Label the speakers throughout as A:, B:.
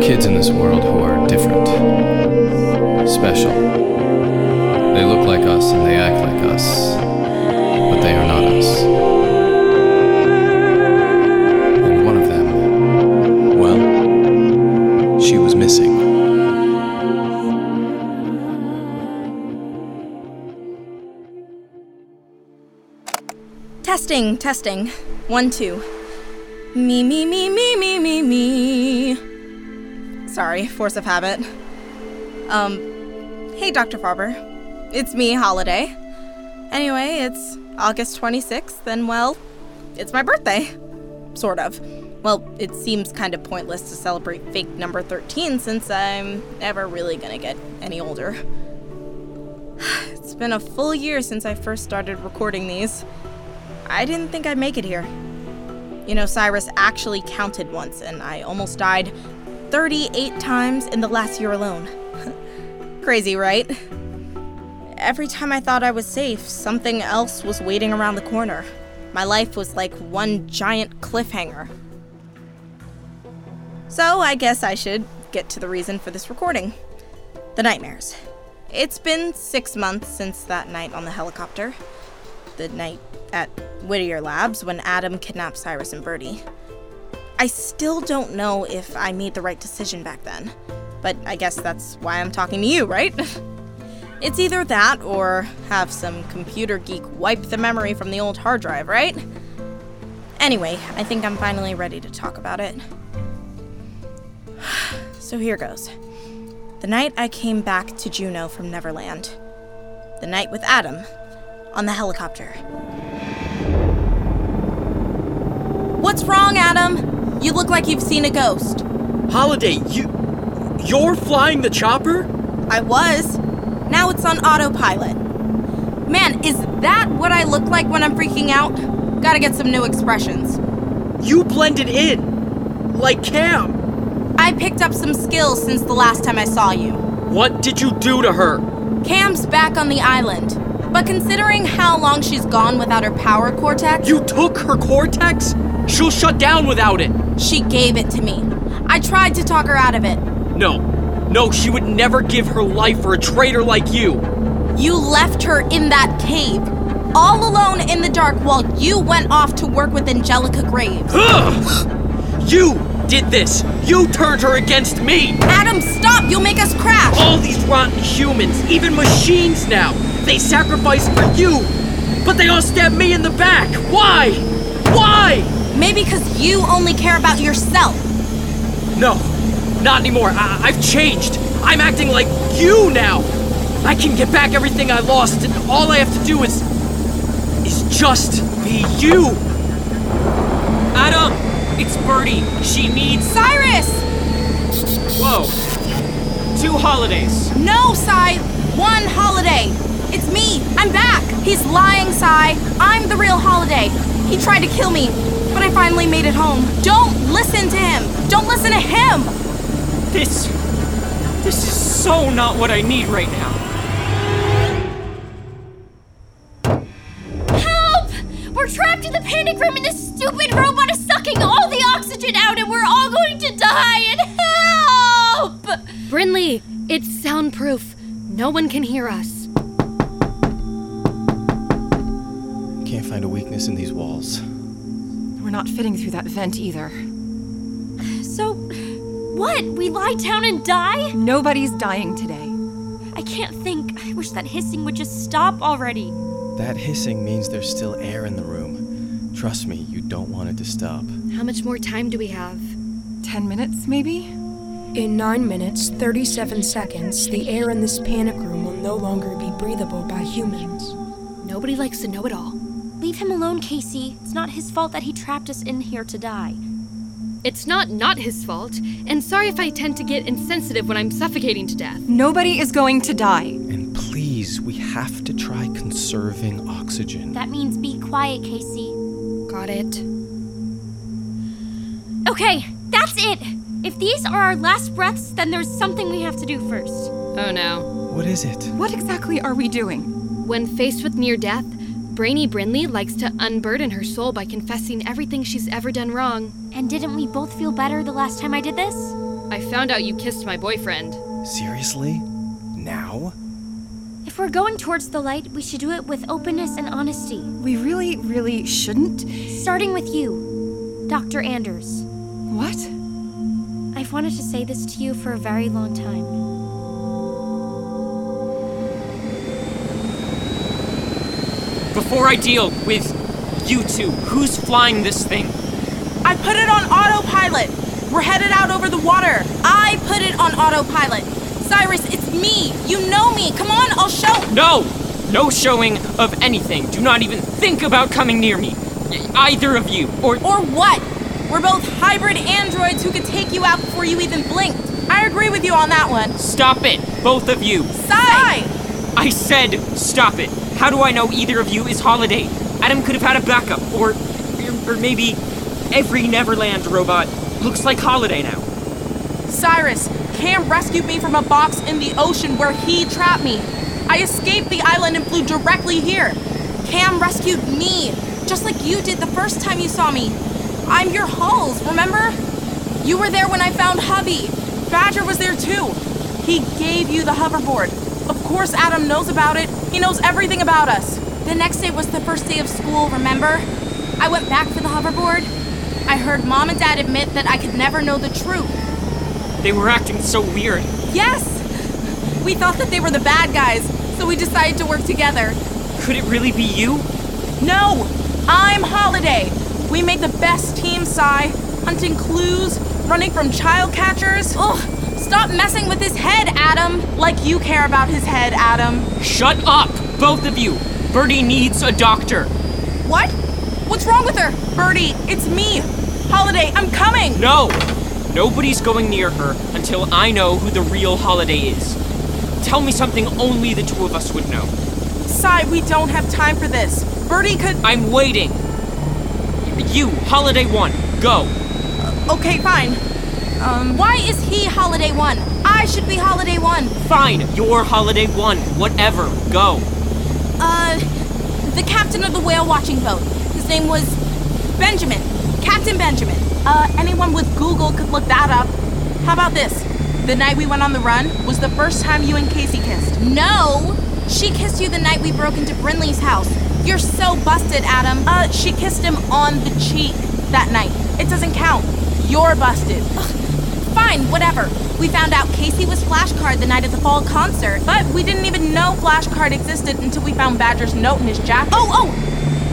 A: kids in this world who are different, special. They look like us and they act like us, but they are not us. And one of them, well, she was missing.
B: Testing, testing. One, two. Me, me, me, me, me, me, me. Sorry, force of habit. Um, hey, Dr. Farber. It's me, Holiday. Anyway, it's August 26th, and well, it's my birthday. Sort of. Well, it seems kind of pointless to celebrate fake number 13 since I'm never really gonna get any older. It's been a full year since I first started recording these. I didn't think I'd make it here. You know, Cyrus actually counted once, and I almost died 38 times in the last year alone. Crazy, right? Every time I thought I was safe, something else was waiting around the corner. My life was like one giant cliffhanger. So I guess I should get to the reason for this recording the nightmares. It's been six months since that night on the helicopter the night at Whittier Labs when Adam kidnapped Cyrus and Birdie. I still don't know if I made the right decision back then, but I guess that's why I'm talking to you, right? it's either that or have some computer geek wipe the memory from the old hard drive, right? Anyway, I think I'm finally ready to talk about it. so here goes. The night I came back to Juneau from Neverland. The night with Adam, on the helicopter. What's wrong, Adam? You look like you've seen a ghost.
C: Holiday, you. You're flying the chopper?
B: I was. Now it's on autopilot. Man, is that what I look like when I'm freaking out? Gotta get some new expressions.
C: You blended in! Like Cam!
B: I picked up some skills since the last time I saw you.
C: What did you do to her?
B: Cam's back on the island. But considering how long she's gone without her power cortex,
C: You took her cortex? She'll shut down without it!
B: she gave it to me. I tried to talk her out of it.
C: No, no, she would never give her life for a traitor like you.
B: You left her in that cave, all alone in the dark while you went off to work with Angelica Graves.
C: Ugh! You did this! You turned her against me!
B: Adam, stop! You'll make us crash!
C: All these rotten humans, even machines now, they sacrifice for you! But they all stab me in the back! Why? Why?
B: Maybe because you only care about yourself.
C: No, not anymore. I- I've changed. I'm acting like you now. I can get back everything I lost, and all I have to do is. is just be you. Adam, it's Birdie. She needs.
B: Cyrus!
C: Whoa. Two holidays.
B: No, Cy! One holiday! It's me! I'm back! He's lying, Cy! I'm the real holiday! He tried to kill me, but I finally made it home. Don't listen to him! Don't listen to him!
C: This. this is so not what I need right now.
D: Help! We're trapped in the panic room and this stupid robot is sucking all the oxygen out and we're all going to die and help! Brinley, it's soundproof. No one can hear us.
A: Can't find a weakness in these walls.
E: We're not fitting through that vent either.
D: So, what? We lie down and die?
E: Nobody's dying today.
D: I can't think. I wish that hissing would just stop already.
A: That hissing means there's still air in the room. Trust me, you don't want it to stop.
F: How much more time do we have?
E: Ten minutes, maybe?
G: In 9 minutes, 37 seconds, the air in this panic room will no longer be breathable by humans.
F: Nobody likes to know it all.
D: Leave him alone, Casey. It's not his fault that he trapped us in here to die.
F: It's not not his fault, and sorry if I tend to get insensitive when I'm suffocating to death.
E: Nobody is going to die.
A: And please, we have to try conserving oxygen.
D: That means be quiet, Casey.
F: Got it.
D: Okay, that's it. If these are our last breaths, then there's something we have to do first.
F: Oh no.
A: What is it?
E: What exactly are we doing?
F: When faced with near death, Brainy Brinley likes to unburden her soul by confessing everything she's ever done wrong.
D: And didn't we both feel better the last time I did this?
F: I found out you kissed my boyfriend.
A: Seriously? Now?
H: If we're going towards the light, we should do it with openness and honesty,
D: We really, really shouldn't.
H: starting with you, Dr. Anders.
D: What?
H: I've wanted to say this to you for a very long time.
I: Before I deal with you two, who's flying this thing?
B: I put it on autopilot. We're headed out over the water. I put it on autopilot. Cyrus, it's me. You know me. Come on, I'll show.
I: No! No showing of anything. Do not even think about coming near me. Y- Either of you, or
B: Or what? We're both hybrid androids who could take you out before you even blinked. I agree with you on that one.
I: stop it, both of you.
B: Sigh.
I: I said stop it. How do I know either of you is Holiday? Adam could have had a backup, or, or maybe every Neverland robot looks like Holiday now.
B: Cyrus, Cam rescued me from a box in the ocean where he trapped me. I escaped the island and flew directly here. Cam rescued me, just like you did the first time you saw me. I'm your Hulls, remember? You were there when I found Hubby. Badger was there too. He gave you the hoverboard. Of course, Adam knows about it. He knows everything about us. The next day was the first day of school, remember? I went back for the hoverboard. I heard mom and dad admit that I could never know the truth.
I: They were acting so weird.
B: Yes! We thought that they were the bad guys, so we decided to work together.
I: Could it really be you?
B: No! I'm Holiday! We make the best team, Sai. Hunting clues, running from child catchers. Ugh! Stop messing with his head, Adam! Like you care about his head, Adam.
I: Shut up, both of you. Birdie needs a doctor.
B: What? What's wrong with her? Birdie, it's me! Holiday, I'm coming!
I: No! Nobody's going near her until I know who the real Holiday is. Tell me something only the two of us would know.
B: Sai, we don't have time for this. Birdie could.
I: I'm waiting. You, Holiday 1, go.
B: Okay, fine. Um. Why is he Holiday 1? I should be Holiday 1.
I: Fine, you're Holiday 1, whatever, go.
B: Uh, the captain of the whale watching boat. His name was Benjamin. Captain Benjamin. Uh, anyone with Google could look that up. How about this? The night we went on the run was the first time you and Casey kissed. No! She kissed you the night we broke into Brinley's house. You're so busted, Adam. Uh, she kissed him on the cheek that night. It doesn't count. You're busted. Fine, whatever. We found out Casey was Flashcard the night of the fall concert, but we didn't even know Flashcard existed until we found Badger's note in his jacket. Oh, oh!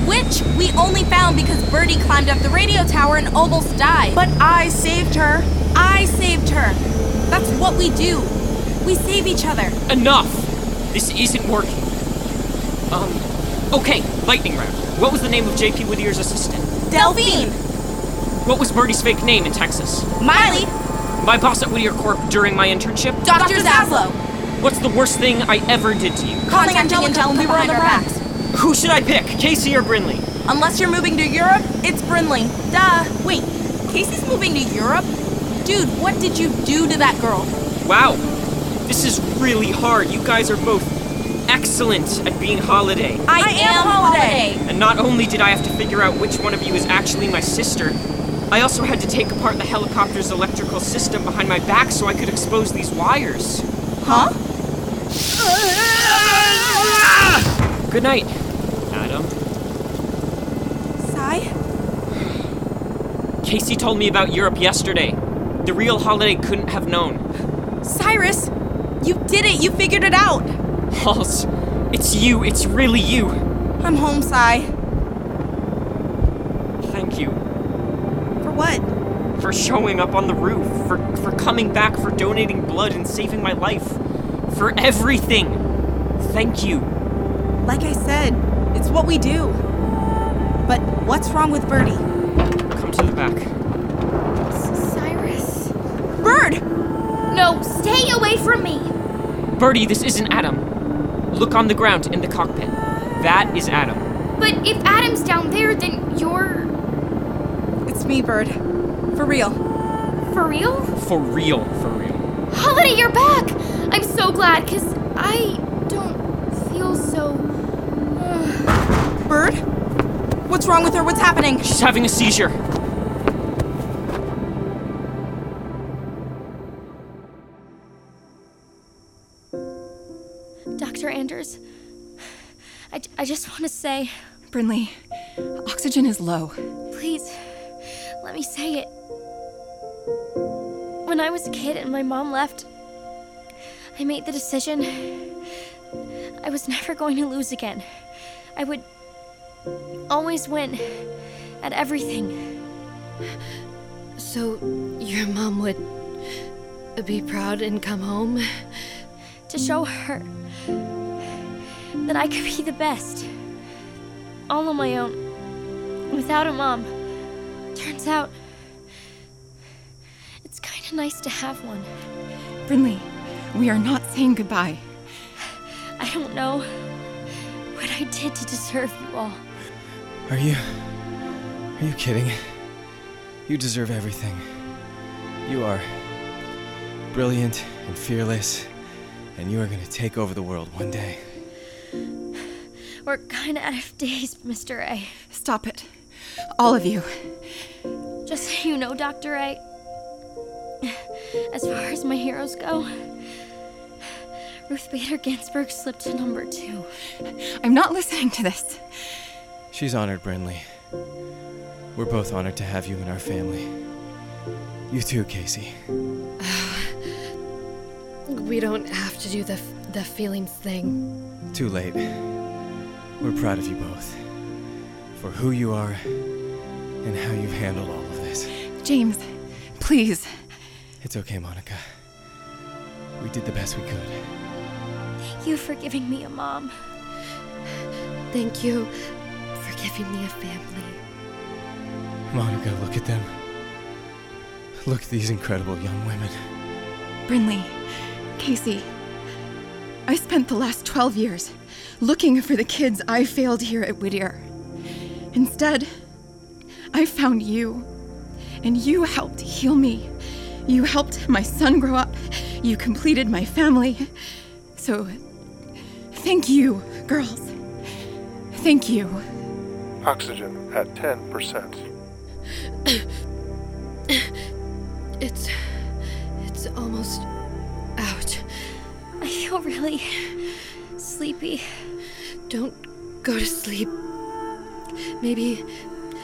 B: Which we only found because Birdie climbed up the radio tower and almost died. But I saved her. I saved her. That's what we do. We save each other.
I: Enough! This isn't working. Um, okay, lightning round. What was the name of J.P. Whittier's assistant?
B: Delphine!
I: What was Birdie's fake name in Texas?
B: Miley!
I: My boss at Whittier Corp during my internship?
B: Dr. Zaslow!
I: What's the worst thing I ever did to you?
B: Calling Angelica when we were on the racks.
I: Who should I pick, Casey or Brinley?
B: Unless you're moving to Europe, it's Brinley. Duh. Wait, Casey's moving to Europe? Dude, what did you do to that girl?
I: Wow, this is really hard. You guys are both excellent at being holiday.
B: I, am Holiday.
I: And not only did I have to figure out which one of you is actually my sister, I also had to take apart the helicopter's electrical system behind my back so I could expose these wires.
B: Huh?
I: Good night, Adam.
B: Sai?
I: Casey told me about Europe yesterday. The real holiday couldn't have known.
B: Cyrus, you did it. You figured it out.
I: Halls, it's you, it's really you.
B: I'm home, Sai.
I: Thank you.
B: For what?
I: for showing up on the roof, for, for coming back, for donating blood and saving my life, for everything. Thank you.
B: Like I said, it's what we do. But what's wrong with Birdie?
I: Come to the back.
H: Cyrus?
B: Bird!
H: No, stay away from me!
I: Birdie, this isn't Adam. Look on the ground in the cockpit. That is Adam.
H: But if Adam's down there, then you're.
B: It's me, Bird. For real.
H: for real?
I: For real, for real.
H: Holiday, you're back! I'm so glad, because I don't feel so.
B: Bird? What's wrong with her? What's happening?
I: She's having a seizure.
D: Dr. Anders. I, j- I just want to say,
G: Brinley, oxygen is low.
D: please, let me say it. When I was a kid and my mom left, I made the decision I was never going to lose again. I would always win at everything.
F: So, your mom would be proud and come home?
D: to show her that I could be the best. All on my own. Without a mom. Turns out, it's kind of nice to have one.
G: Brinley, we are not saying goodbye.
D: I don't know what I did to deserve you all.
A: Are you. Are you kidding? You deserve everything. You are brilliant and fearless, and you are gonna take over the world one day.
D: We're kind of out of days, Mr. A.
G: Stop it. All of you.
D: Just so you know, Dr. A, as far as my heroes go, Ruth Bader Ginsburg slipped to number two.
G: I'm not listening to this.
A: She's honored, Brinley. We're both honored to have you in our family. You too, Casey.
F: We don't have to do the, f- the feelings thing.
A: Too late. We're proud of you both. For who you are and how you've handled all of this.
G: James, please.
A: It's okay, Monica. We did the best we could.
D: Thank you for giving me a mom.
F: Thank you for giving me a family.
A: Monica, look at them. Look at these incredible young women.
G: Brinley, Casey, I spent the last 12 years looking for the kids I failed here at Whittier. Instead, I found you, and you helped heal me. You helped my son grow up. You completed my family. So, thank you, girls. Thank you.
J: Oxygen at 10%.
F: It's. It's almost out.
D: I feel really sleepy.
F: Don't go to sleep. Maybe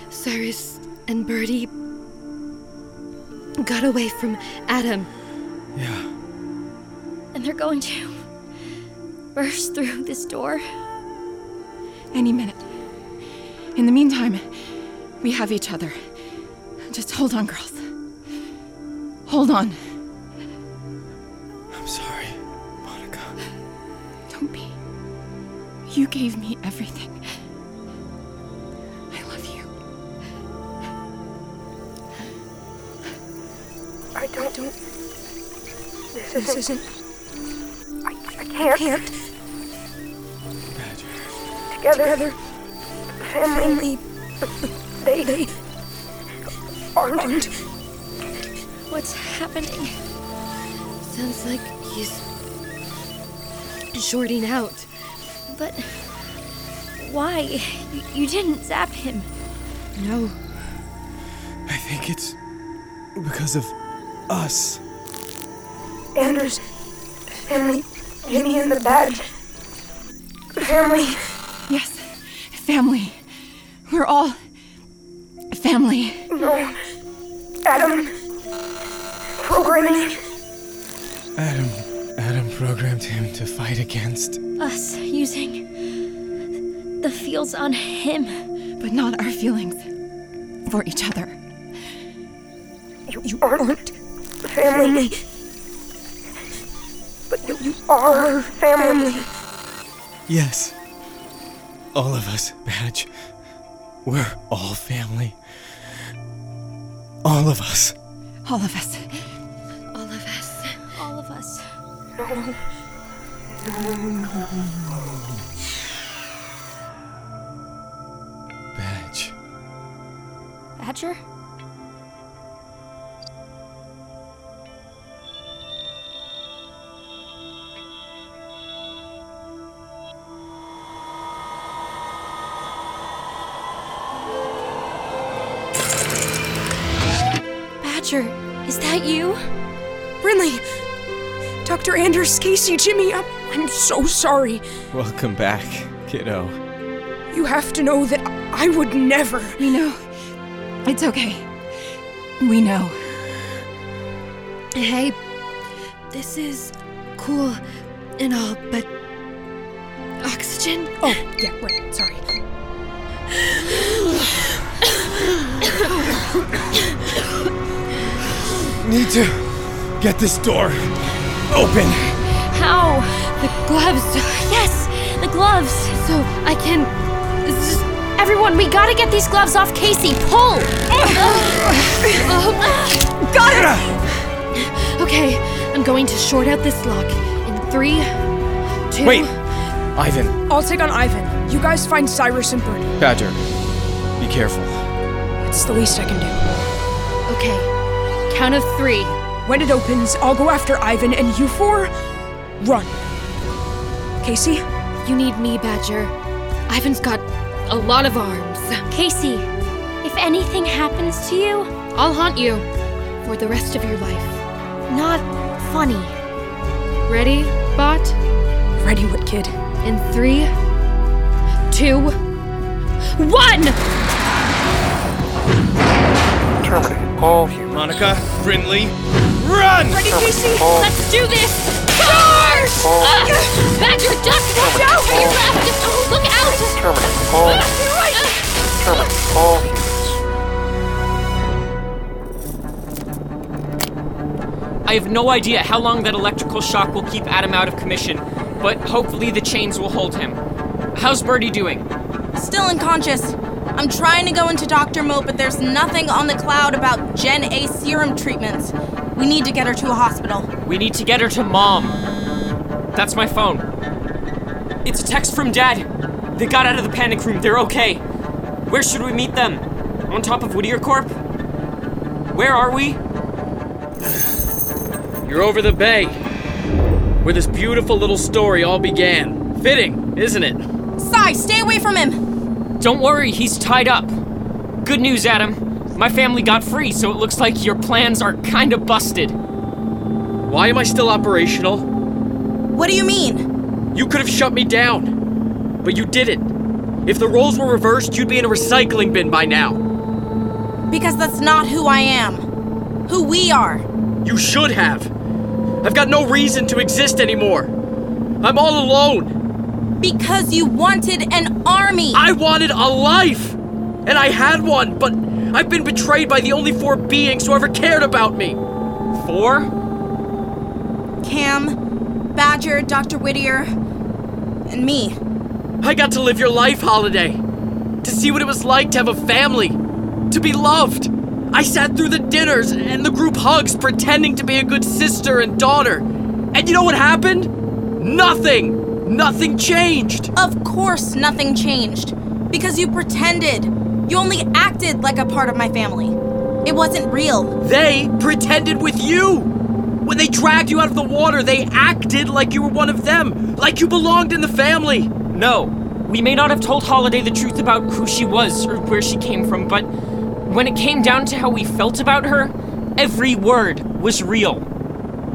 F: Cyrus and Birdie got away from Adam.
A: Yeah.
D: And they're going to burst through this door.
G: Any minute. In the meantime, we have each other. Just hold on, girls. Hold on.
A: I'm sorry, Monica.
G: Don't be. You gave me everything. I love you.
B: I don't. don't. This isn't. I, I can't. can't.
A: Badger.
B: Together. Family. They. They. Aren't.
D: What's happening?
F: Sounds like he's shorting out.
D: But why? You, you didn't zap him.
F: No,
A: I think it's because of us.
B: Anders. Family. Jenny and the badge. Family.
G: Yes, family. We're all. family.
B: No. Adam. Programming.
A: Adam. Adam programmed him to fight against.
D: Us using the feels on him.
G: But not our feelings. For each other.
B: You, you aren't family. But you, you are family.
A: Yes. All of us, Badge. We're all family. All of us.
G: All of us.
F: all of us.
D: All of us.
A: Badge.
D: Badger? Badger, is that you?
B: Brinley!
K: Dr. Anders, Casey, Jimmy, I'm, I'm so sorry.
A: Welcome back, kiddo.
K: You have to know that I would never.
G: We know. It's okay. We know.
F: Hey, this is cool and all, but oxygen?
K: Oh, yeah, right. Sorry.
A: Need to get this door open.
F: How? The gloves.
L: Yes, the gloves.
F: So I can. s-
L: Everyone, we gotta get these gloves off Casey. Pull!
F: Okay, I'm going to short out this lock in three, two.
A: Wait, Ivan,
K: I'll take on Ivan. You guys find Cyrus and Birdie.
A: Badger, be careful.
K: It's the least I can do.
F: Okay, count of three.
K: When it opens, I'll go after Ivan, and you four, run. Casey,
F: You need me, Badger. Ivan's got a lot of arms.
L: Casey, if anything happens to you,
F: I'll haunt you for the rest of your life.
L: not funny.
F: Ready, Bot?
K: ready, Wit Kid.
F: In three, two, one!
M: Terminate all human.
A: Monica, Brindley, run!
M: Ready, All
L: Let's do this! Charge!
M: Oh.
L: Ah, Badger, duck! Watch out for your left! Oh, Look out!
M: terminate all. Terminate all humans.
C: I have no idea how long that electrical shock will keep Adam out of commission, but hopefully the chains will hold him. How's Birdie doing?
B: Still unconscious. I'm trying to go into doctor mode, but there's nothing on the cloud about Gen A serum treatments. We need to get her to a hospital.
C: We need to get her to mom. That's my phone. It's a text from dad. They got out of the panic room. They're okay. Where should we meet them? On top of Whittier Corp? Where are we? You're over the bay, where this beautiful little story all began. Fitting, isn't it?
B: Sai, stay away from him!
C: Don't worry, he's tied up. Good news, Adam. My family got free, so it looks like your plans are kinda busted. Why am I still operational?
B: What do you mean?
C: You could have shut me down, but you didn't. If the roles were reversed, you'd be in a recycling bin by now.
B: Because that's not who I am. Who we are.
C: You should have. I've got no reason to exist anymore. I'm all alone.
B: Because you wanted an army!
C: I wanted a life, and I had one, but I've been betrayed by the only four beings who ever cared about me. Four?
B: Cam, Badger, Dr. Whittier, and me.
C: I got to live your life holiday. To see what it was like to have a family. To be loved. I sat through the dinners and the group hugs pretending to be a good sister and daughter. And you know what happened? Nothing. Nothing changed.
B: Of course, nothing changed. Because you pretended. You only acted like a part of my family. It wasn't real.
C: They pretended with you. When they dragged you out of the water, they acted like you were one of them, like you belonged in the family. No, we may not have told Holiday the truth about who she was or where she came from, but when it came down to how we felt about her, every word was real.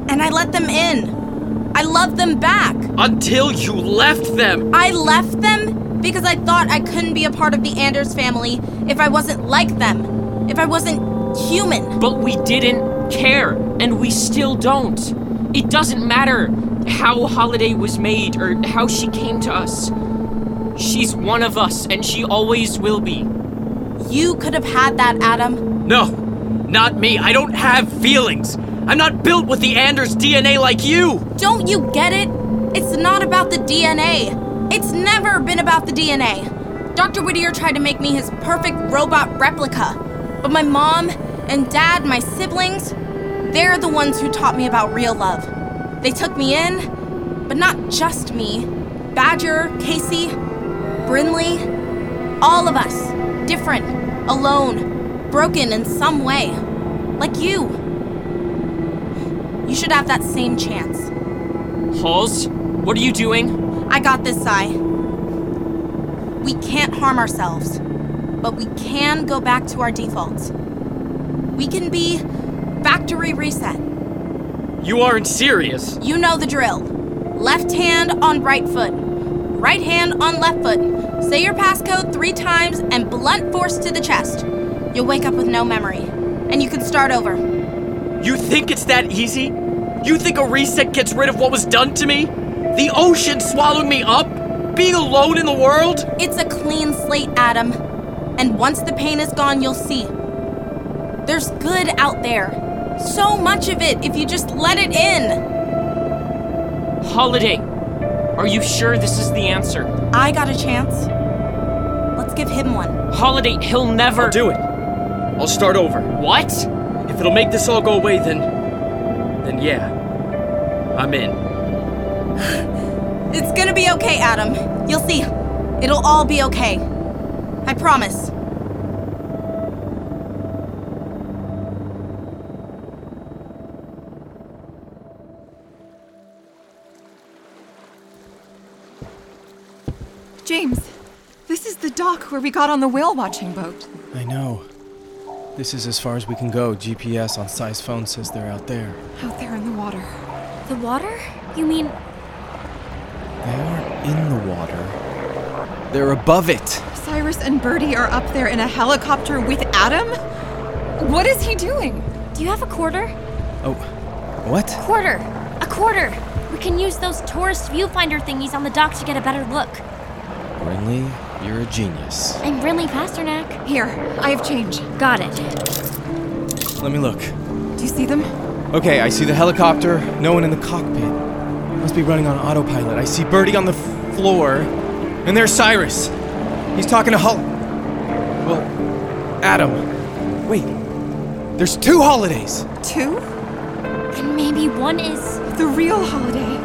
B: And I let them in. I loved them back.
C: Until you left them.
B: I left them because I thought I couldn't be a part of the Anders family if I wasn't like them, if I wasn't human.
C: But we didn't care, and we still don't. It doesn't matter how Holiday was made or how she came to us. She's one of us, and she always will be.
B: You could have had that, Adam.
C: No, not me. I don't have feelings. I'm not built with the Anders DNA like you.
B: Don't you get it? It's not about the DNA. It's never been about the DNA. Dr. Whittier tried to make me his perfect robot replica. But my mom and dad, my siblings, they're the ones who taught me about real love. They took me in, but not just me. Badger, Casey, Brinley, all of us, different, alone, broken in some way. Like you. You should have that same chance.
C: Halls, what are you doing?
B: I got this, Sai. We can't harm ourselves, but we can go back to our defaults. We can be factory reset.
C: You aren't serious.
B: You know the drill. Left hand on right foot. Right hand on left foot. Say your passcode three times and blunt force to the chest. You'll wake up with no memory. And you can start over.
C: You think it's that easy? You think a reset gets rid of what was done to me? The ocean swallowing me up? Being alone in the world?
B: It's a clean slate, Adam. And once the pain is gone, you'll see. There's good out there. So much of it if you just let it in.
I: Holiday, are you sure this is the answer?
B: I got a chance. Let's give him one.
I: Holiday, he'll never.
C: do it. I'll start over.
I: What?
C: If it'll make this all go away, then. then yeah. I'm in.
B: It's gonna be okay, Adam. You'll see. It'll all be okay. I promise.
G: James, this is the dock where we got on the whale watching boat.
A: I know. This is as far as we can go. GPS on Sai's phone says they're out there.
G: Out there in the water.
L: The water? You mean
A: They aren't in the water. They're above it.
G: Cyrus and Birdie are up there in a helicopter with Adam? What is he doing?
L: Do you have a quarter?
A: Oh, what?
L: Quarter! A quarter! We can use those tourist viewfinder thingies on the dock to get a better look.
A: Brinley, you're a genius.
L: I'm Brinley Pasternak.
G: Here, I have change.
L: Got it.
A: Let me look.
G: Do you see them?
A: Okay, I see the helicopter. No one in the cockpit. Must be running on autopilot. I see Birdie on the f- floor. And there's Cyrus. He's talking to Hol. Well, Adam. Wait. There's two holidays.
G: Two?
L: And maybe one is.
G: The real holiday.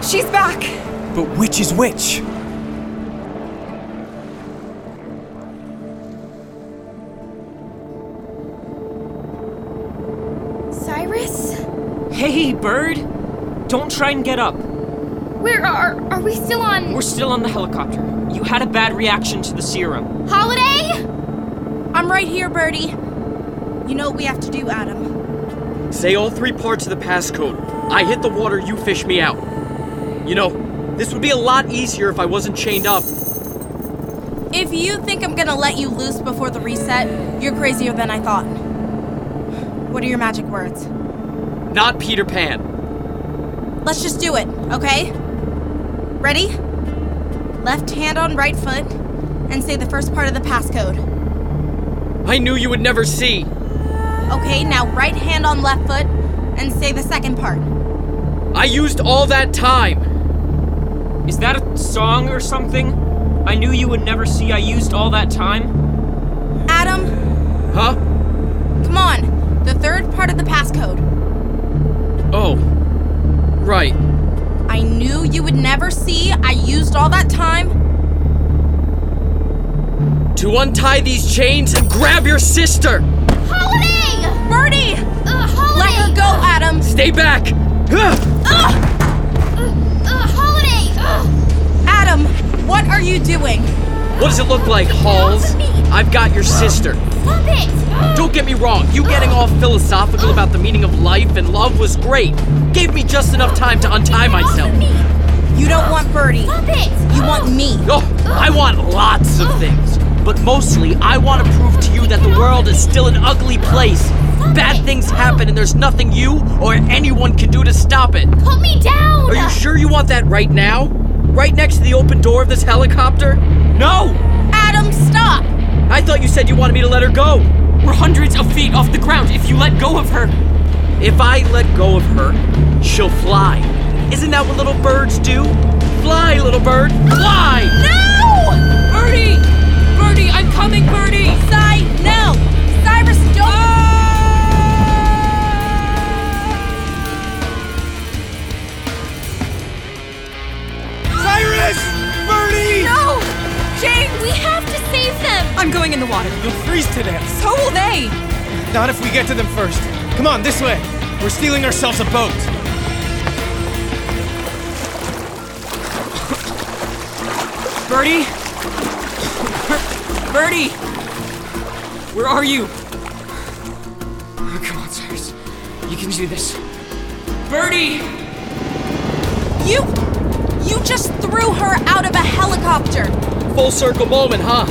G: She's back!
A: But which is which?
L: Cyrus?
I: Hey, bird! Don't try and get up.
L: Where are. Are we still on.
I: We're still on the helicopter. You had a bad reaction to the serum.
L: Holiday?
B: I'm right here, Birdie. You know what we have to do, Adam.
C: Say all three parts of the passcode. I hit the water, you fish me out. You know, this would be a lot easier if I wasn't chained up.
B: If you think I'm gonna let you loose before the reset, you're crazier than I thought. What are your magic words?
C: Not Peter Pan.
B: Let's just do it, okay? Ready? Left hand on right foot, and say the first part of the passcode.
C: I knew you would never see.
B: Okay, now right hand on left foot and say the second part.
C: I used all that time.
I: Is that a song or something? I knew you would never see I used all that time.
B: Adam,
C: Huh?
B: come on. The third part of the passcode.
C: Oh. Right.
B: I knew you would never see. I used all that time.
C: To untie these chains and grab your sister!
L: Holiday!
B: Birdie!
L: Uh,
B: Let
L: holiday!
B: her go, Adam.
C: Stay back! Ugh.
L: Uh, holiday! Uh,
B: Adam, what are you doing?
C: What does it look like, Halls? I've got your sister.
L: pump it! Uh,
C: Don't get me wrong, you getting all philosophical about the meaning of life and love was great. Gave me just enough time to untie myself.
L: Me.
B: You don't want Birdie.
L: Pump it!
B: You want me.
C: Oh, I want lots of things. But mostly, I want to prove to you that the world is still an ugly place. Bad things happen, and there's nothing you or anyone can do to stop it.
L: Put me down!
C: Are you sure you want that right now? Right next to the open door of this helicopter? No!
B: Adam, stop.
C: I thought you said you wanted me to let her go.
I: We're hundreds of feet off the ground. If you let go of her,
C: If I let go of her, she'll fly. Isn't that what little birds do? Fly, little bird, fly!
B: No!
I: Birdie! Birdie, I'm coming, Birdie!
B: Cy, no. Cyrus, don't.
A: Cyrus! Birdie!
B: No.
L: Jane, we have to save them!
G: I'm going in the water.
A: You'll freeze to death.
G: So will they!
A: Not if we get to them first. Come on, this way. We're stealing ourselves a boat.
I: Birdie? Birdie! Where are you? Oh, come on, Cyrus. You can do this. Birdie!
B: You. You just threw her out of a helicopter!
C: Full circle moment, huh?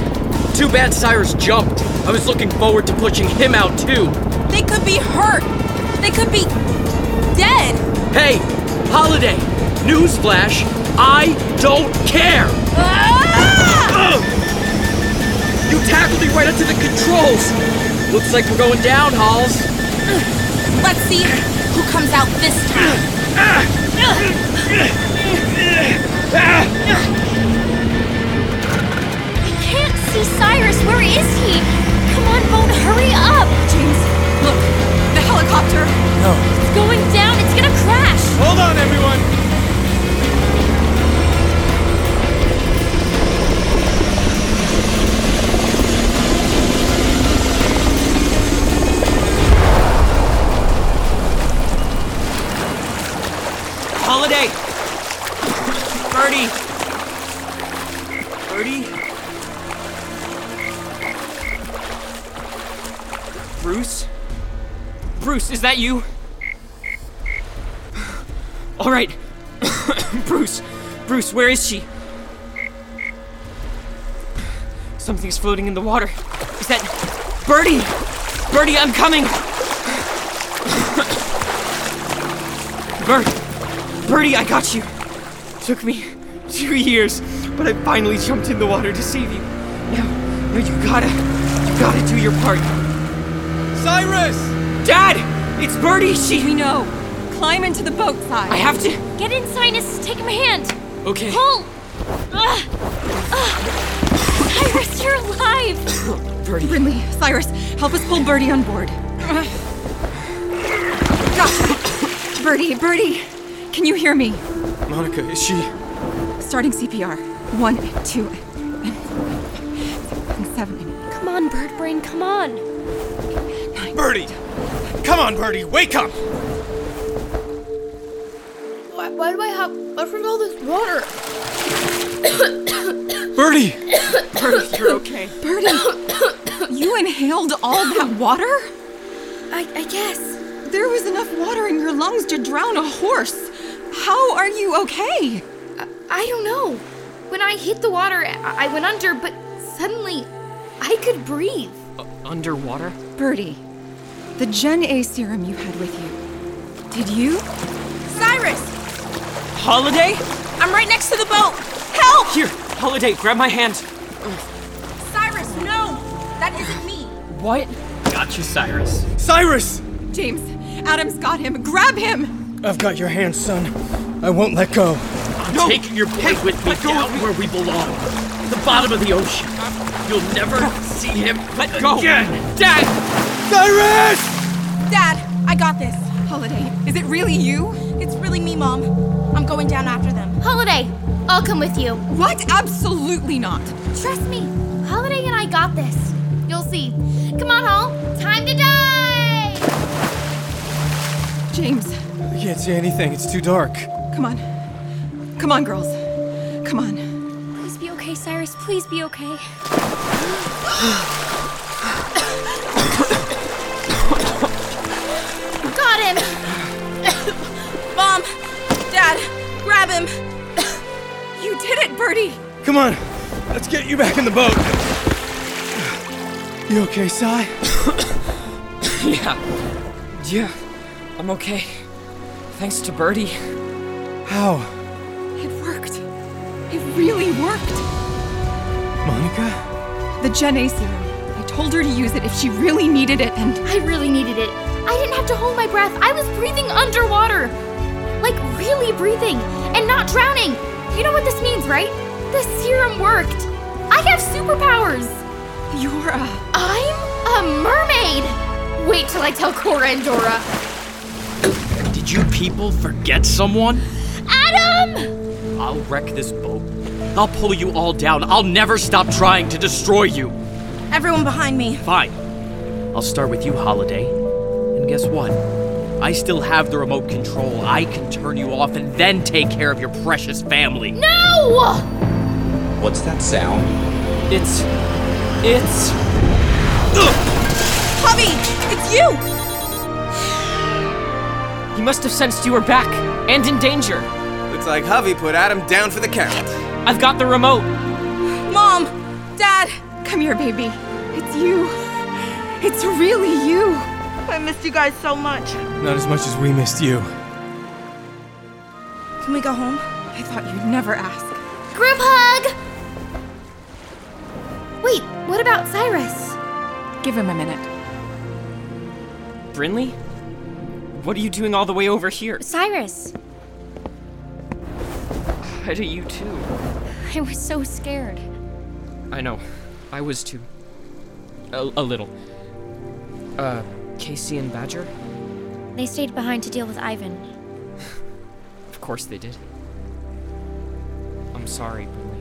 C: Too bad Cyrus jumped. I was looking forward to pushing him out too.
B: They could be hurt! They could be. dead!
C: Hey, Holiday! Newsflash, I don't care!
B: Ah!
C: Ugh. You tackled me right into the controls! Looks like we're going down, Halls.
B: Let's see who comes out this time.
H: I can't see Cyrus. Where is he? Come on, Bone, hurry up! James, look. The helicopter.
A: No.
H: It's going down. It's gonna crash.
A: Hold on, everyone!
I: Holiday! Birdie! Birdie? Bruce? Bruce, is that you? All right. Bruce, Bruce, where is she? Something's floating in the water. Is that Birdie? Birdie, I'm coming. Bird, Birdie, I got you. Took me two years, but I finally jumped in the water to save you. Now, now you gotta, you gotta do your part.
A: Cyrus!
I: Dad, it's Birdie. She.
D: We know. Climb into the boat side.
I: I have to.
H: Get in, Sinus. Take him a hand.
I: Okay.
H: Pull. Ugh. Ugh. Cyrus, you're alive.
I: Birdie.
G: Brinley, Cyrus, help us pull Birdie on board. Gosh. Birdie, Birdie, can you hear me?
A: Monica, is she.
G: Starting CPR. One, two, and four, and seven, and
H: Come on, Bird Brain. Come on.
A: Birdie! Come on, Birdie, wake up!
N: Why, why do I have left with all this water?
A: Birdie!
N: Birdie, you're okay.
G: Birdie, you inhaled all that water?
N: I, I guess.
G: There was enough water in your lungs to drown a horse. How are you okay?
N: I
H: Oh,
N: don't know. When I hit the water, I, I went under, but suddenly I could breathe.
I: Underwater?
G: Birdie, the Gen A serum you had with you, did you?
B: Cyrus!
I: Holiday?
B: I'm right next to the boat! Help!
I: Here, Holiday, grab my hand.
B: Cyrus, no! That isn't me!
I: What? Got you, Cyrus.
A: Cyrus!
G: James, Adam's got him. Grab him!
A: I've got your hand, son. I won't let go.
C: I'm taking your boy with me down where we belong. The bottom of the ocean. You'll never see him
I: Let go.
C: again. Dad!
A: Cyrus!
B: Dad, I got this.
G: Holiday, is it really you?
B: It's really me, Mom. I'm going down after them.
H: Holiday, oh, I'll come with you.
G: What? Absolutely not.
H: Trust me. Holiday and I got this. You'll see. Come on, Hall. Time to die!
G: James,
A: I can't see anything, it's too dark.
G: come on. Come on, girls. Come on.
H: Please be okay, Cyrus. Please be okay.
B: Got him! Mom! Dad! Grab him!
G: You did it, Birdie!
A: Come on, let's get you back in the boat. You okay, Cy?
I: yeah. Yeah, I'm okay. Thanks to Birdie.
A: How?
G: It worked. It really worked.
A: Monica?
G: The Gen A serum. I told her to use it if she really needed it, and
H: I really needed it. I didn't have to hold my breath. I was breathing underwater. Like, really breathing and not drowning. You know what this means, right? The serum worked. I have superpowers.
G: you're a.
H: I'm a mermaid. Wait till I tell Cora and Dora.
C: Did you people forget someone?
H: Adam!
C: I'll wreck this boat. I'll pull you all down. I'll never stop trying to destroy you.
B: Everyone behind me.
C: Fine. I'll start with you, Holiday. And guess what? I still have the remote control. I can turn you off and then take care of your precious family.
H: No!
O: What's that sound?
I: It's. It's.
B: Hubby! It's you!
I: He must have sensed you were back and in danger.
P: Looks like Javi put Adam down for the count.
I: I've got the remote.
G: Mom! Dad! Come here, baby. It's you. It's really you.
Q: I missed you guys so much.
A: Not as much as we missed you.
G: Can we go home? I thought you'd never ask.
D: Group hug! Wait, what about Cyrus?
G: Give him a minute.
I: Brinley? What are you doing all the way over here?
D: Cyrus,
I: How do you too?
D: I was so scared.
I: I know. I was too. A, a little. Uh, Casey and Badger?
D: They stayed behind to deal with Ivan.
I: Of course they did. I'm sorry, Brinley.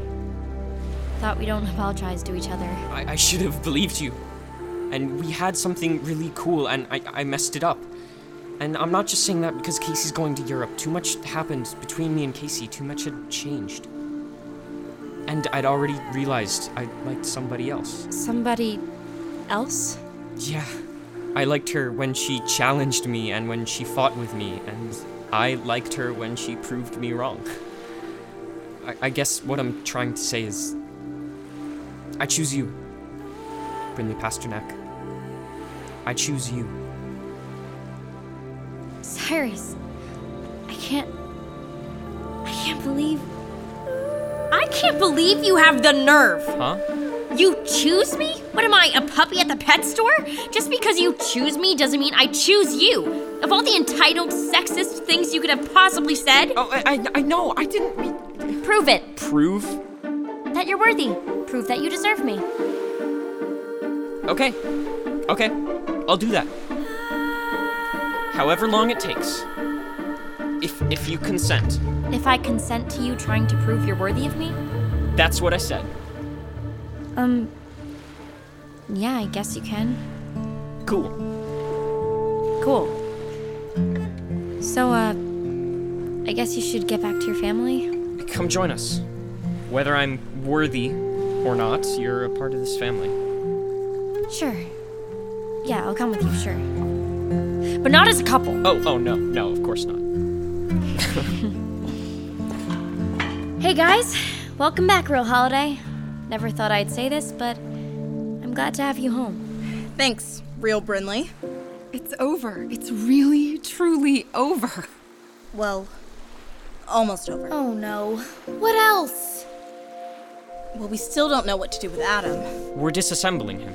D: Thought we don't apologize to each other.
I: I, I should have believed you. And we had something really cool, and I, I messed it up. And I'm not just saying that because Casey's going to Europe. Too much happened between me and Casey. Too much had changed. And I'd already realized I liked somebody else.
D: Somebody else?
I: Yeah. I liked her when she challenged me and when she fought with me, and I liked her when she proved me wrong. I, I guess what I'm trying to say is I choose you, Brinley Pasternak. I choose you.
D: Cyrus, I can't. I can't believe. I can't believe you have the nerve!
I: Huh?
D: You choose me? What am I, a puppy at the pet store? Just because you choose me doesn't mean I choose you. Of all the entitled, sexist things you could have possibly said.
I: Oh, I, I, I know. I didn't
D: mean. Prove it.
I: Prove?
D: That you're worthy. Prove that you deserve me.
I: Okay. Okay. I'll do that. However long it takes. If if you consent.
D: If I consent to you trying to prove you're worthy of me?
I: That's what I said.
D: Um. Yeah, I guess you can.
I: Cool.
D: Cool. So, uh. I guess you should get back to your family?
I: Come join us. Whether I'm worthy or not, you're a part of this family.
D: Sure. Yeah, I'll come with you, sure. But not as a couple.
I: Oh, oh no, no, of course not.
D: Hey guys, welcome back, Real Holiday. Never thought I'd say this, but I'm glad to have you home.
B: Thanks, Real Brinley.
G: It's over. It's really, truly over.
B: Well, almost over.
D: Oh no. What else?
B: Well, we still don't know what to do with Adam.
I: We're disassembling him.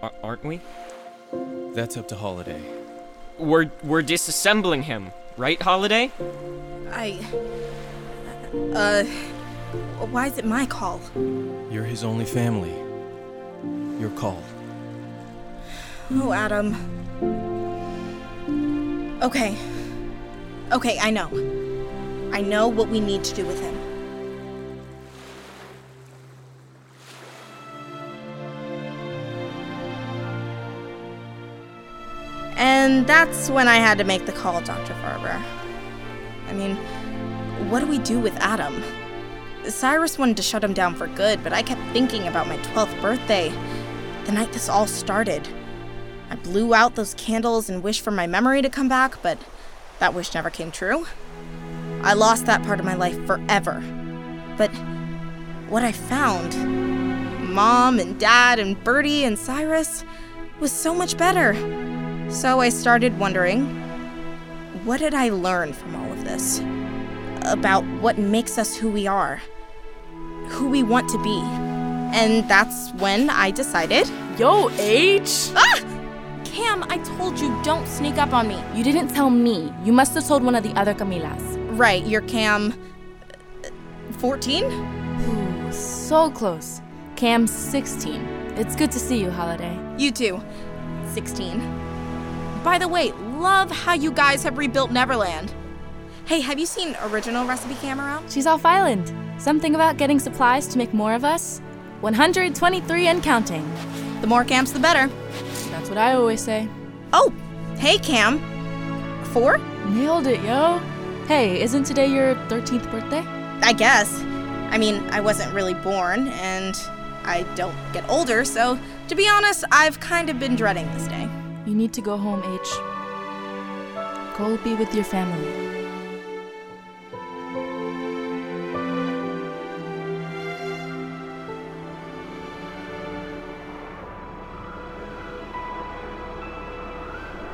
I: Ar- aren't we?
A: That's up to Holiday.
I: We're we're disassembling him, right, Holiday?
B: I. Uh. Why is it my call?
A: You're his only family. Your call.
B: Oh, Adam. Okay. Okay, I know. I know what we need to do with him. And that's when I had to make the call, Dr. Farber. I mean, what do we do with Adam? Cyrus wanted to shut him down for good, but I kept thinking about my 12th birthday, the night this all started. I blew out those candles and wished for my memory to come back, but that wish never came true. I lost that part of my life forever. But what I found mom and dad and Bertie and Cyrus was so much better. So I started wondering what did I learn from all of this? About what makes us who we are, who we want to be. And that's when I decided.
R: Yo, H!
B: Ah! Cam, I told you don't sneak up on me.
R: You didn't tell me. You must have told one of the other Camilas.
B: Right, you're Cam. uh, 14?
R: So close. Cam 16. It's good to see you, Holiday.
B: You too. 16. By the way, love how you guys have rebuilt Neverland. Hey, have you seen original recipe Cam around?
R: She's off island. Something about getting supplies to make more of us? 123 and counting.
B: The more camps, the better.
R: That's what I always say.
B: Oh, hey, Cam. Four?
R: Nailed it, yo. Hey, isn't today your 13th birthday?
B: I guess. I mean, I wasn't really born, and I don't get older, so to be honest, I've kind of been dreading this day.
R: You need to go home, H.
S: Go be with your family.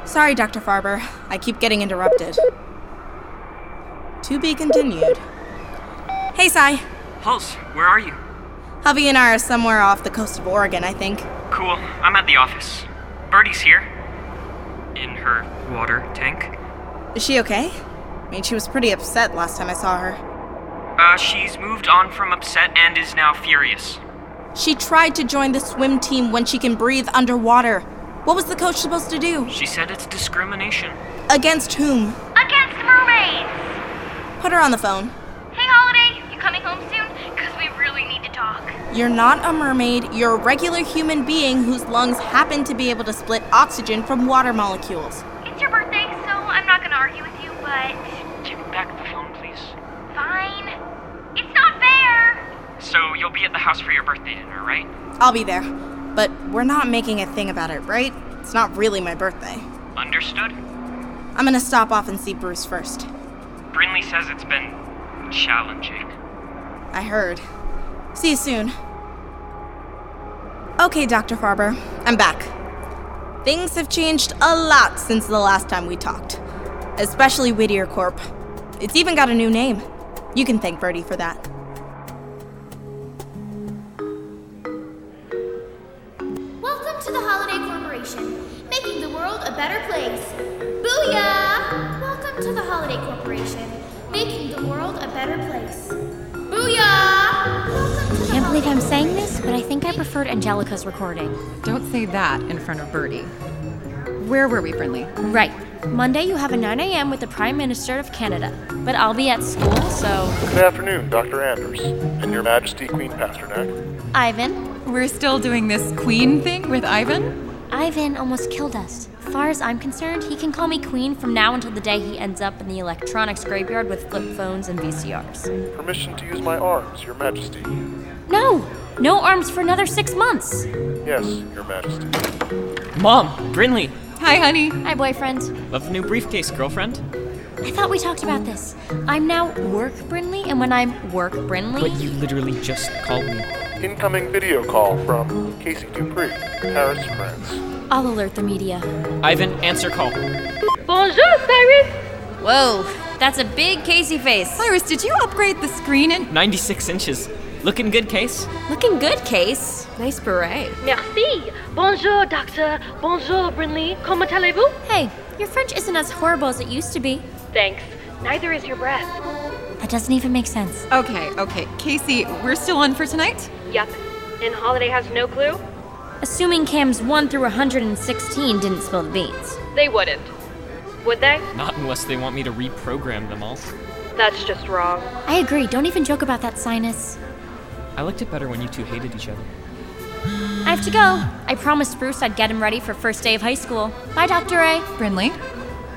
B: Sorry, Dr. Farber. I keep getting interrupted. To be continued. Hey, Sai.
T: Pulse, where are you?
B: Hovey and I are somewhere off the coast of Oregon, I think.
T: Cool, I'm at the office. Birdie's here. In her water tank.
B: Is she okay? I mean, she was pretty upset last time I saw her.
T: Uh, she's moved on from upset and is now furious.
B: She tried to join the swim team when she can breathe underwater. What was the coach supposed to do?
T: She said it's discrimination.
B: Against whom?
H: Against mermaids!
B: Put her on the phone.
H: Hey, Holiday, you coming home soon? Because we really need to talk.
B: You're not a mermaid, you're a regular human being whose lungs happen to be able to split oxygen from water molecules.
H: It's your birthday, so I'm not gonna argue with you, but.
T: Give me back the phone, please.
H: Fine. It's not fair!
T: So you'll be at the house for your birthday dinner, right?
B: I'll be there. But we're not making a thing about it, right? It's not really my birthday.
T: Understood?
B: I'm gonna stop off and see Bruce first.
T: Brinley says it's been challenging.
B: I heard. See you soon. Okay, Dr. Farber, I'm back. Things have changed a lot since the last time we talked, especially Whittier Corp. It's even got a new name. You can thank Birdie for that.
H: Welcome to the Holiday Corporation, making the world a better place. Booyah! Welcome to the Holiday Corporation, making the world a better place. Booyah!
D: I can't believe I'm saying this, but I think I preferred Angelica's recording.
G: Don't say that in front of Birdie. Where were we, Brinley?
D: Right. Monday you have a 9 a.m. with the Prime Minister of Canada, but I'll be at school, so.
J: Good afternoon, Dr. Anders, and Your Majesty Queen Pasternak.
D: Ivan?
G: We're still doing this queen thing with Ivan?
D: Ivan almost killed us. Far as I'm concerned, he can call me Queen from now until the day he ends up in the electronics graveyard with flip phones and VCRs.
J: Permission to use my arms, Your Majesty.
D: No! No arms for another six months!
J: Yes, Your Majesty.
I: Mom, Brinley,
G: Hi, honey.
D: Hi, boyfriend.
I: love the new briefcase, girlfriend.
D: I thought we talked about this. I'm now Work Brinley, and when I'm Work Brinley.
I: But you literally just called me.
J: Incoming video call from Casey Dupree, Paris, France.
D: I'll alert the media.
I: Ivan, answer call.
D: Bonjour, Cyrus! Whoa, that's a big Casey face.
G: Cyrus, did you upgrade the screen and.
I: 96 inches. Looking good, Case?
D: Looking good, Case.
G: Nice beret.
H: Merci! Bonjour, Doctor. Bonjour, Brinley. Comment allez-vous?
D: Hey, your French isn't as horrible as it used to be.
H: Thanks. Neither is your breath.
D: That doesn't even make sense.
G: Okay, okay. Casey, we're still on for tonight?
H: Yup. And Holiday has no clue?
D: Assuming cams 1 through 116 didn't spill the beans.
H: They wouldn't. Would they?
I: Not unless they want me to reprogram them all.
H: That's just wrong.
D: I agree, don't even joke about that sinus.
I: I liked it better when you two hated each other.
D: I have to go. I promised Bruce I'd get him ready for first day of high school. Bye, Dr. A.
G: Brinley?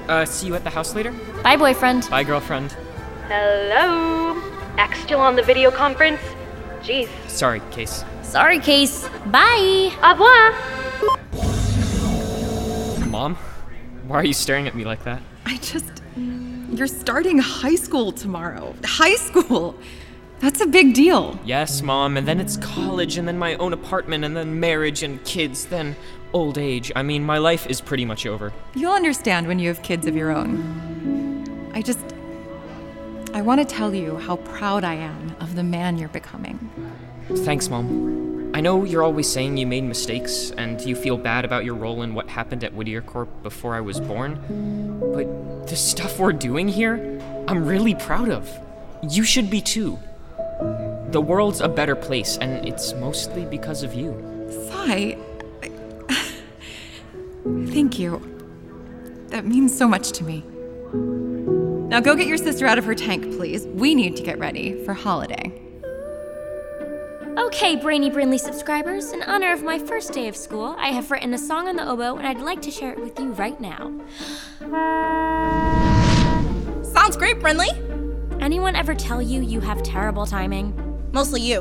I: Uh, see you at the house later?
D: Bye, boyfriend.
I: Bye, girlfriend.
H: Hello? Axe still on the video conference? Jeez.
I: Sorry, Case.
D: Sorry, Case. Bye.
H: Au revoir!
I: Mom? Why are you staring at me like that?
G: I just. You're starting high school tomorrow. High school! That's a big deal.
I: Yes, Mom, and then it's college, and then my own apartment, and then marriage and kids, then old age. I mean, my life is pretty much over.
G: You'll understand when you have kids of your own. I just. I want to tell you how proud I am of the man you're becoming.
I: Thanks, Mom. I know you're always saying you made mistakes and you feel bad about your role in what happened at Whittier Corp before I was born, but the stuff we're doing here, I'm really proud of. You should be too. The world's a better place, and it's mostly because of you.
G: Sai, I- thank you. That means so much to me. Now go get your sister out of her tank, please. We need to get ready for holiday.
D: Okay, Brainy Brinley subscribers, in honor of my first day of school, I have written a song on the oboe and I'd like to share it with you right now.
B: Sounds great, Brinley.
D: Anyone ever tell you you have terrible timing?
B: Mostly you.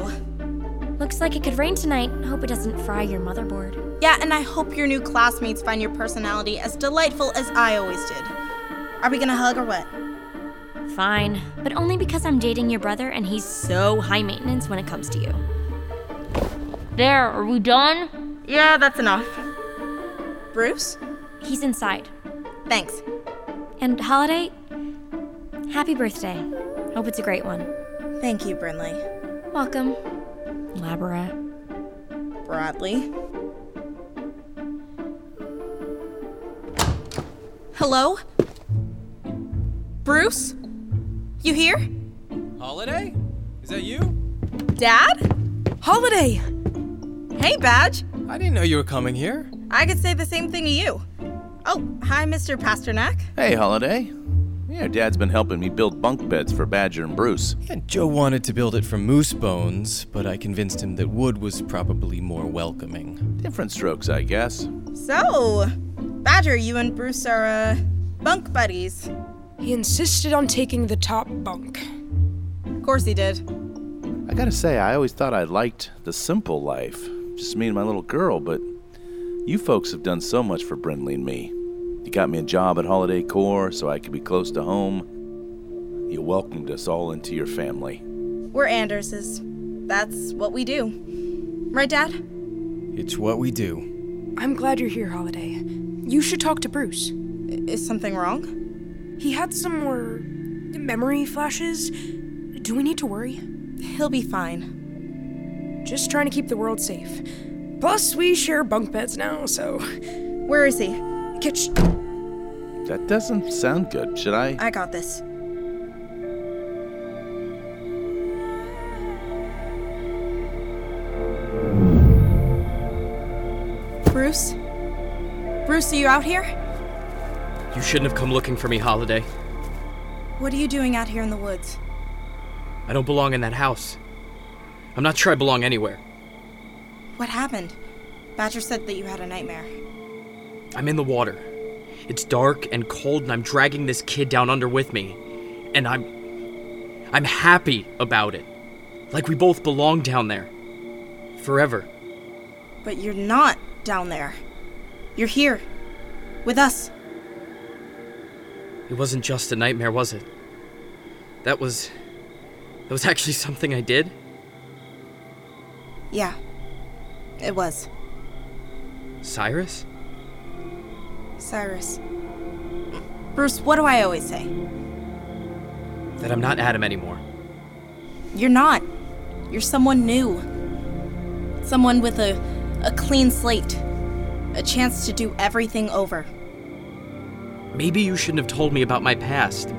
D: Looks like it could rain tonight. Hope it doesn't fry your motherboard.
B: Yeah, and I hope your new classmates find your personality as delightful as I always did. Are we gonna hug or what?
D: Fine, but only because I'm dating your brother and he's so high maintenance when it comes to you. There, are we done?
B: Yeah, that's enough. Bruce?
D: He's inside.
B: Thanks.
D: And Holiday, happy birthday. Hope it's a great one.
B: Thank you, Brinley.
D: Welcome. Labra.
B: Bradley. Hello? Bruce? You here?
P: Holiday? Is that you?
B: Dad? Holiday! Hey, Badge!
P: I didn't know you were coming here.
B: I could say the same thing to you. Oh, hi, Mr. Pasternak.
U: Hey, Holiday. Yeah, Dad's been helping me build bunk beds for Badger and Bruce.
A: Yeah, Joe wanted to build it from moose bones, but I convinced him that wood was probably more welcoming.
U: Different strokes, I guess.
B: So, Badger, you and Bruce are, uh, bunk buddies.
K: He insisted on taking the top bunk.
B: Of course he did.
U: I gotta say, I always thought I liked the simple life, just me and my little girl, but you folks have done so much for Brindley and me. You got me a job at Holiday Corps so I could be close to home. You welcomed us all into your family.
B: We're Anderses. That's what we do. Right, Dad?
A: It's what we do.
K: I'm glad you're here, Holiday. You should talk to Bruce.
B: Is something wrong?
K: He had some more memory flashes. Do we need to worry?
B: He'll be fine.
K: Just trying to keep the world safe. Plus, we share bunk beds now, so.
B: Where is he?
K: Kitch.
U: That doesn't sound good. Should I?
B: I got this. Bruce? Bruce, are you out here?
C: You shouldn't have come looking for me, Holiday.
B: What are you doing out here in the woods?
C: I don't belong in that house. I'm not sure I belong anywhere.
B: What happened? Badger said that you had a nightmare.
C: I'm in the water. It's dark and cold, and I'm dragging this kid down under with me. And I'm. I'm happy about it. Like we both belong down there. Forever.
B: But you're not down there. You're here. With us.
C: It wasn't just a nightmare, was it? That was. That was actually something I did?
B: Yeah. It was.
C: Cyrus?
B: Cyrus. Bruce, what do I always say?
C: That I'm not Adam anymore.
B: You're not. You're someone new. Someone with a, a clean slate. A chance to do everything over.
C: Maybe you shouldn't have told me about my past.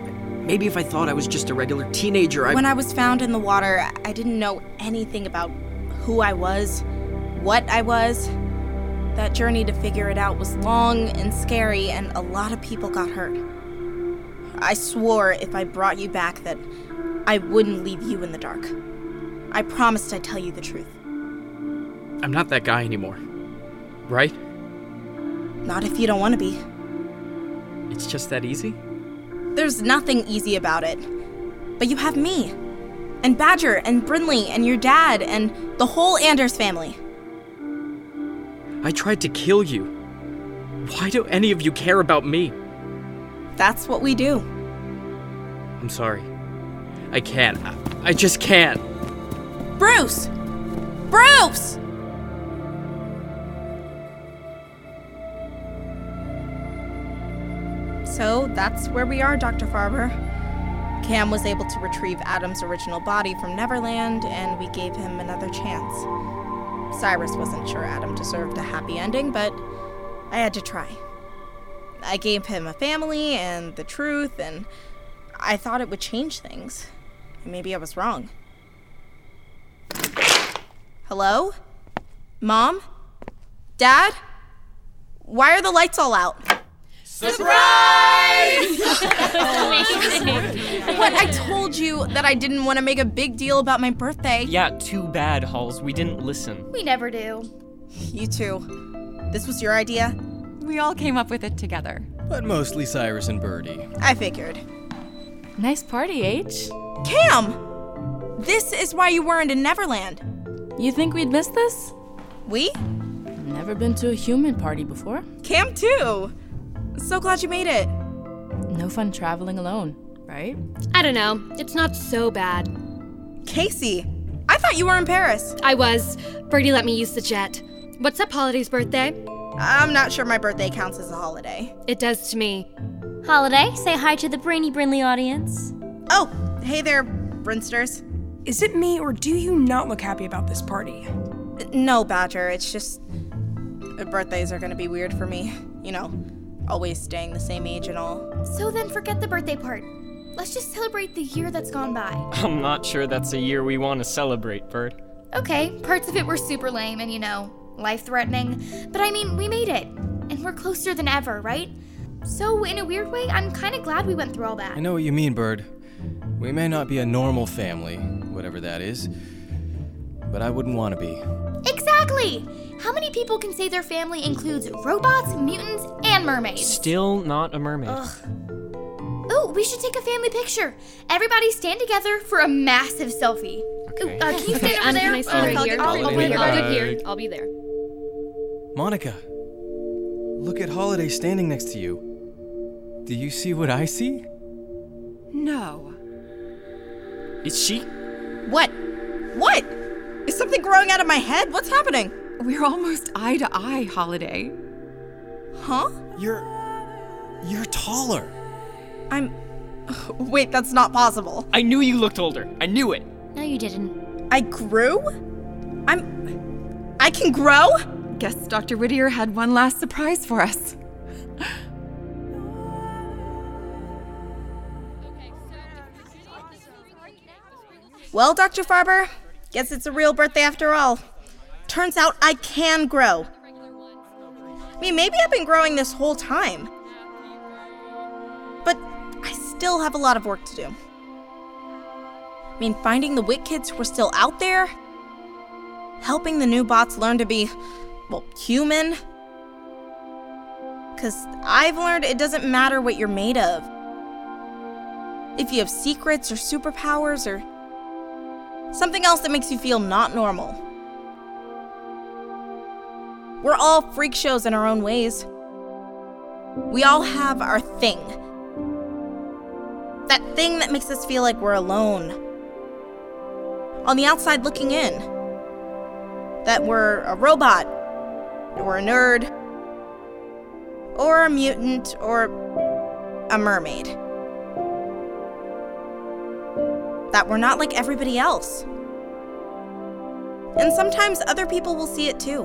C: Maybe if I thought I was just a regular teenager, I.
B: When I was found in the water, I- I didn't know anything about who I was, what I was. That journey to figure it out was long and scary, and a lot of people got hurt. I swore if I brought you back that I wouldn't leave you in the dark. I promised I'd tell you the truth.
C: I'm not that guy anymore. Right?
B: Not if you don't want to be.
C: It's just that easy?
B: There's nothing easy about it. But you have me, and Badger, and Brinley, and your dad, and the whole Anders family.
C: I tried to kill you. Why do any of you care about me?
B: That's what we do.
C: I'm sorry. I can't. I, I just can't.
B: Bruce! Bruce! So that's where we are, Dr. Farber. Cam was able to retrieve Adam's original body from Neverland, and we gave him another chance. Cyrus wasn't sure Adam deserved a happy ending, but I had to try. I gave him a family and the truth, and I thought it would change things. Maybe I was wrong. Hello? Mom? Dad? Why are the lights all out? What? I told you that I didn't want to make a big deal about my birthday.
V: Yeah, too bad, Halls. We didn't listen.
H: We never do.
B: You two. This was your idea?
G: We all came up with it together.
A: But mostly Cyrus and Birdie.
B: I figured.
R: Nice party, H.
B: Cam! This is why you weren't in Neverland.
R: You think we'd miss this?
B: We?
R: Never been to a human party before.
B: Cam, too! So glad you made it.
R: No fun traveling alone, right?
F: I don't know. It's not so bad.
B: Casey, I thought you were in Paris.
F: I was. Birdie let me use the jet. What's up, Holiday's birthday?
B: I'm not sure my birthday counts as a holiday.
F: It does to me.
D: Holiday, say hi to the Brainy Brinley audience.
B: Oh, hey there, Brinsters.
K: Is it me, or do you not look happy about this party?
B: No, Badger, it's just. uh, Birthdays are gonna be weird for me. You know, always staying the same age and all.
H: So then forget the birthday part. Let's just celebrate the year that's gone by.
V: I'm not sure that's a year we want to celebrate, Bird.
H: Okay, parts of it were super lame and, you know, life threatening, but I mean, we made it. And we're closer than ever, right? So, in a weird way, I'm kind of glad we went through all that.
P: I know what you mean, Bird. We may not be a normal family, whatever that is, but I wouldn't want to be.
H: Exactly! How many people can say their family includes robots, mutants, and mermaids?
V: Still not a mermaid.
H: Oh, we should take a family picture. Everybody stand together for a massive selfie. Ooh, uh, can you stand over
F: Um,
H: there?
F: Can I stand
H: I'll-
F: right here?
H: I'll- I'll-
P: Holiday
F: I'll be
P: Bird.
F: here. I'll be there.
P: Monica, look at Holiday standing next to you. Do you see what I see?
G: No.
V: Is she?
B: What? What? Is something growing out of my head? What's happening?
G: We're almost eye to eye, Holiday.
B: Huh?
P: You're. You're taller.
B: I'm. Wait, that's not possible.
V: I knew you looked older. I knew it.
D: No, you didn't.
B: I grew? I'm. I can grow?
G: Guess Dr. Whittier had one last surprise for us.
B: Well, Dr. Farber, guess it's a real birthday after all. Turns out I can grow. I mean, maybe I've been growing this whole time. But I still have a lot of work to do. I mean, finding the Wit kids who are still out there, helping the new bots learn to be, well, human. Because I've learned it doesn't matter what you're made of. If you have secrets or superpowers or something else that makes you feel not normal. We're all freak shows in our own ways. We all have our thing. That thing that makes us feel like we're alone. On the outside looking in. That we're a robot, or a nerd, or a mutant, or a mermaid. that we're not like everybody else. And sometimes other people will see it too.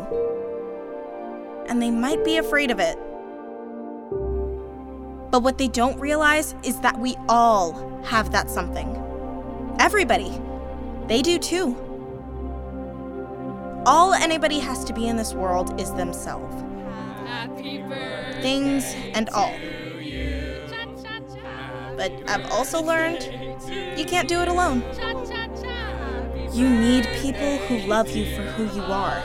B: And they might be afraid of it. But what they don't realize is that we all have that something. Everybody. They do too. All anybody has to be in this world is themselves. Things and all. But I've also learned you can't do it alone. You need people who love you for who you are.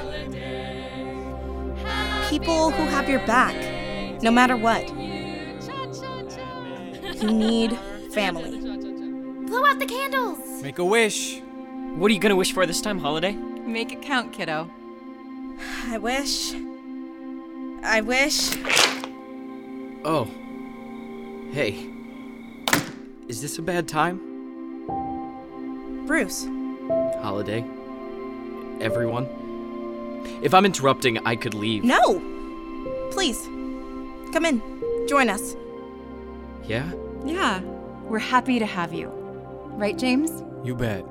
B: People who have your back, no matter what. You need family.
H: Blow out the candles!
V: Make a wish. What are you gonna wish for this time, Holiday?
G: Make it count, kiddo.
B: I wish. I wish.
C: Oh. Hey. Is this a bad time,
B: Bruce,
C: Holiday? Everyone? If I'm interrupting, I could leave.
B: no! Please, come in. Join us.
C: Yeah?
G: Yeah, we're happy to have you. Right, James?
P: You bet.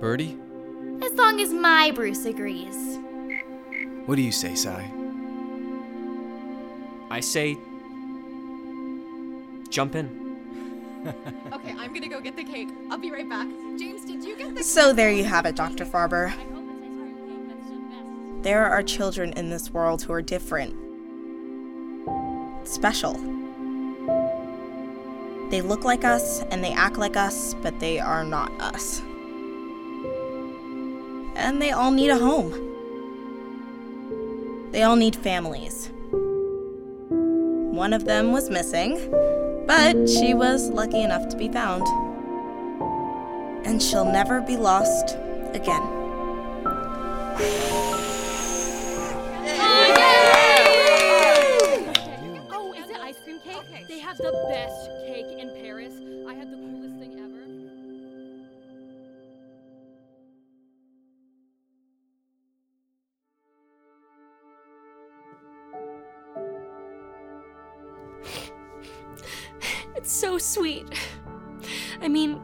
P: Birdie,
H: As long as my Bruce agrees.
P: what do you say, Sai?
V: I say. Jump in.
G: Okay, I'm gonna go get the cake. I'll be right back. James, did you get
B: So there you have it, Dr. Farber. There are children in this world who are different, special. They look like us and they act like us, but they are not us. And they all need a home. They all need families. One of them was missing, but she was lucky enough to be found. And she'll never be lost again.
F: Oh, is it ice cream cake? Okay.
U: Thank
F: They have the best cake in Paris. I had the coolest thing ever.
W: It's so sweet. I mean,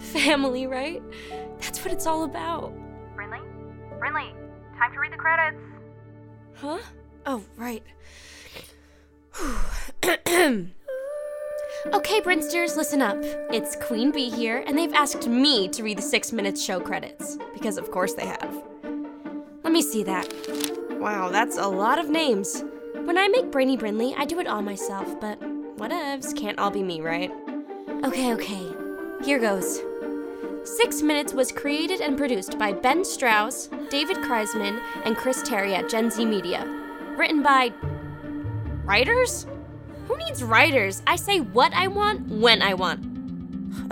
W: family, right? That's what it's all about.
X: Brinley? Brinley, time to read the credits.
W: Huh? Oh, right. okay, Brinsters, listen up. It's Queen Bee here, and they've asked me to read the six minutes show credits. Because, of course, they have. Let me see that. Wow, that's a lot of names. When I make Brainy Brinley, I do it all myself, but whatevs, can't all be me, right? Okay, okay. Here goes. Six Minutes was created and produced by Ben Strauss, David Kreisman, and Chris Terry at Gen Z Media. Written by. Writers? Who needs writers? I say what I want when I want.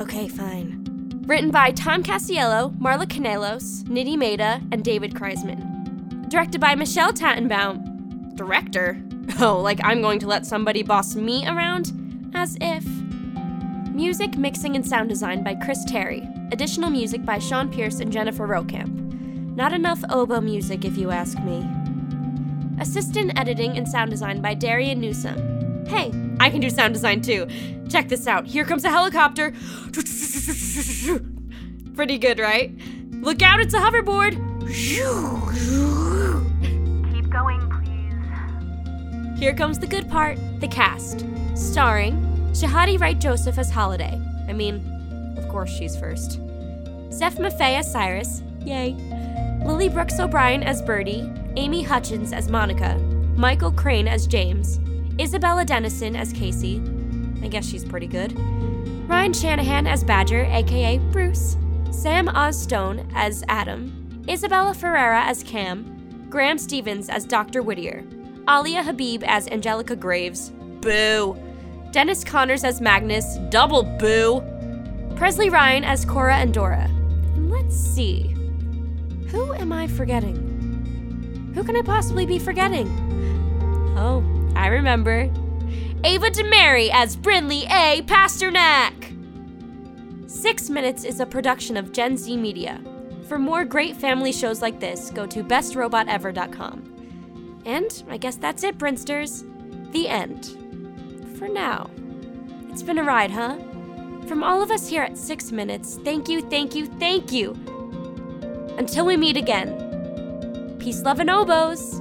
W: Okay, fine. Written by Tom Cassiello, Marla Canelos, Nidhi Mehta, and David Kreisman. Directed by Michelle Tattenbaum. Director? Oh, like I'm going to let somebody boss me around? As if. Music, mixing, and sound design by Chris Terry. Additional music by Sean Pierce and Jennifer Rokamp. Not enough oboe music, if you ask me. Assistant editing and sound design by Darian Newsom. Hey, I can do sound design too. Check this out. Here comes a helicopter. Pretty good, right? Look out, it's a hoverboard.
X: Keep going, please.
W: Here comes the good part the cast. Starring Shahadi Wright Joseph as Holiday. I mean, of course she's first. Zeph Maffei as Cyrus. Yay. Lily Brooks O'Brien as Birdie. Amy Hutchins as Monica. Michael Crane as James. Isabella Dennison as Casey. I guess she's pretty good. Ryan Shanahan as Badger, aka Bruce. Sam Ozstone as Adam. Isabella Ferreira as Cam. Graham Stevens as Dr. Whittier. Alia Habib as Angelica Graves. Boo. Dennis Connors as Magnus. Double boo. Presley Ryan as Cora and Dora. And let's see. Who am I forgetting? Who can I possibly be forgetting? Oh, I remember. Ava DeMary as Brinley A. Pasternak. Six Minutes is a production of Gen Z Media. For more great family shows like this, go to bestrobotever.com. And I guess that's it, Brinsters. The end. For now. It's been a ride, huh? From all of us here at Six Minutes, thank you, thank you, thank you. Until we meet again. Peace, love, and oboes.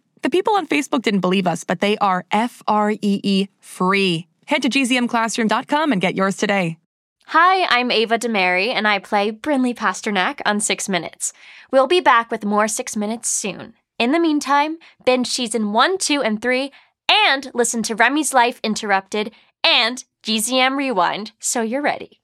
Y: The people on Facebook didn't believe us, but they are F R E E free. Head to gzmclassroom.com and get yours today.
W: Hi, I'm Ava DeMary, and I play Brinley Pasternak on Six Minutes. We'll be back with more Six Minutes soon. In the meantime, binge season one, two, and three, and listen to Remy's Life Interrupted and GZM Rewind so you're ready.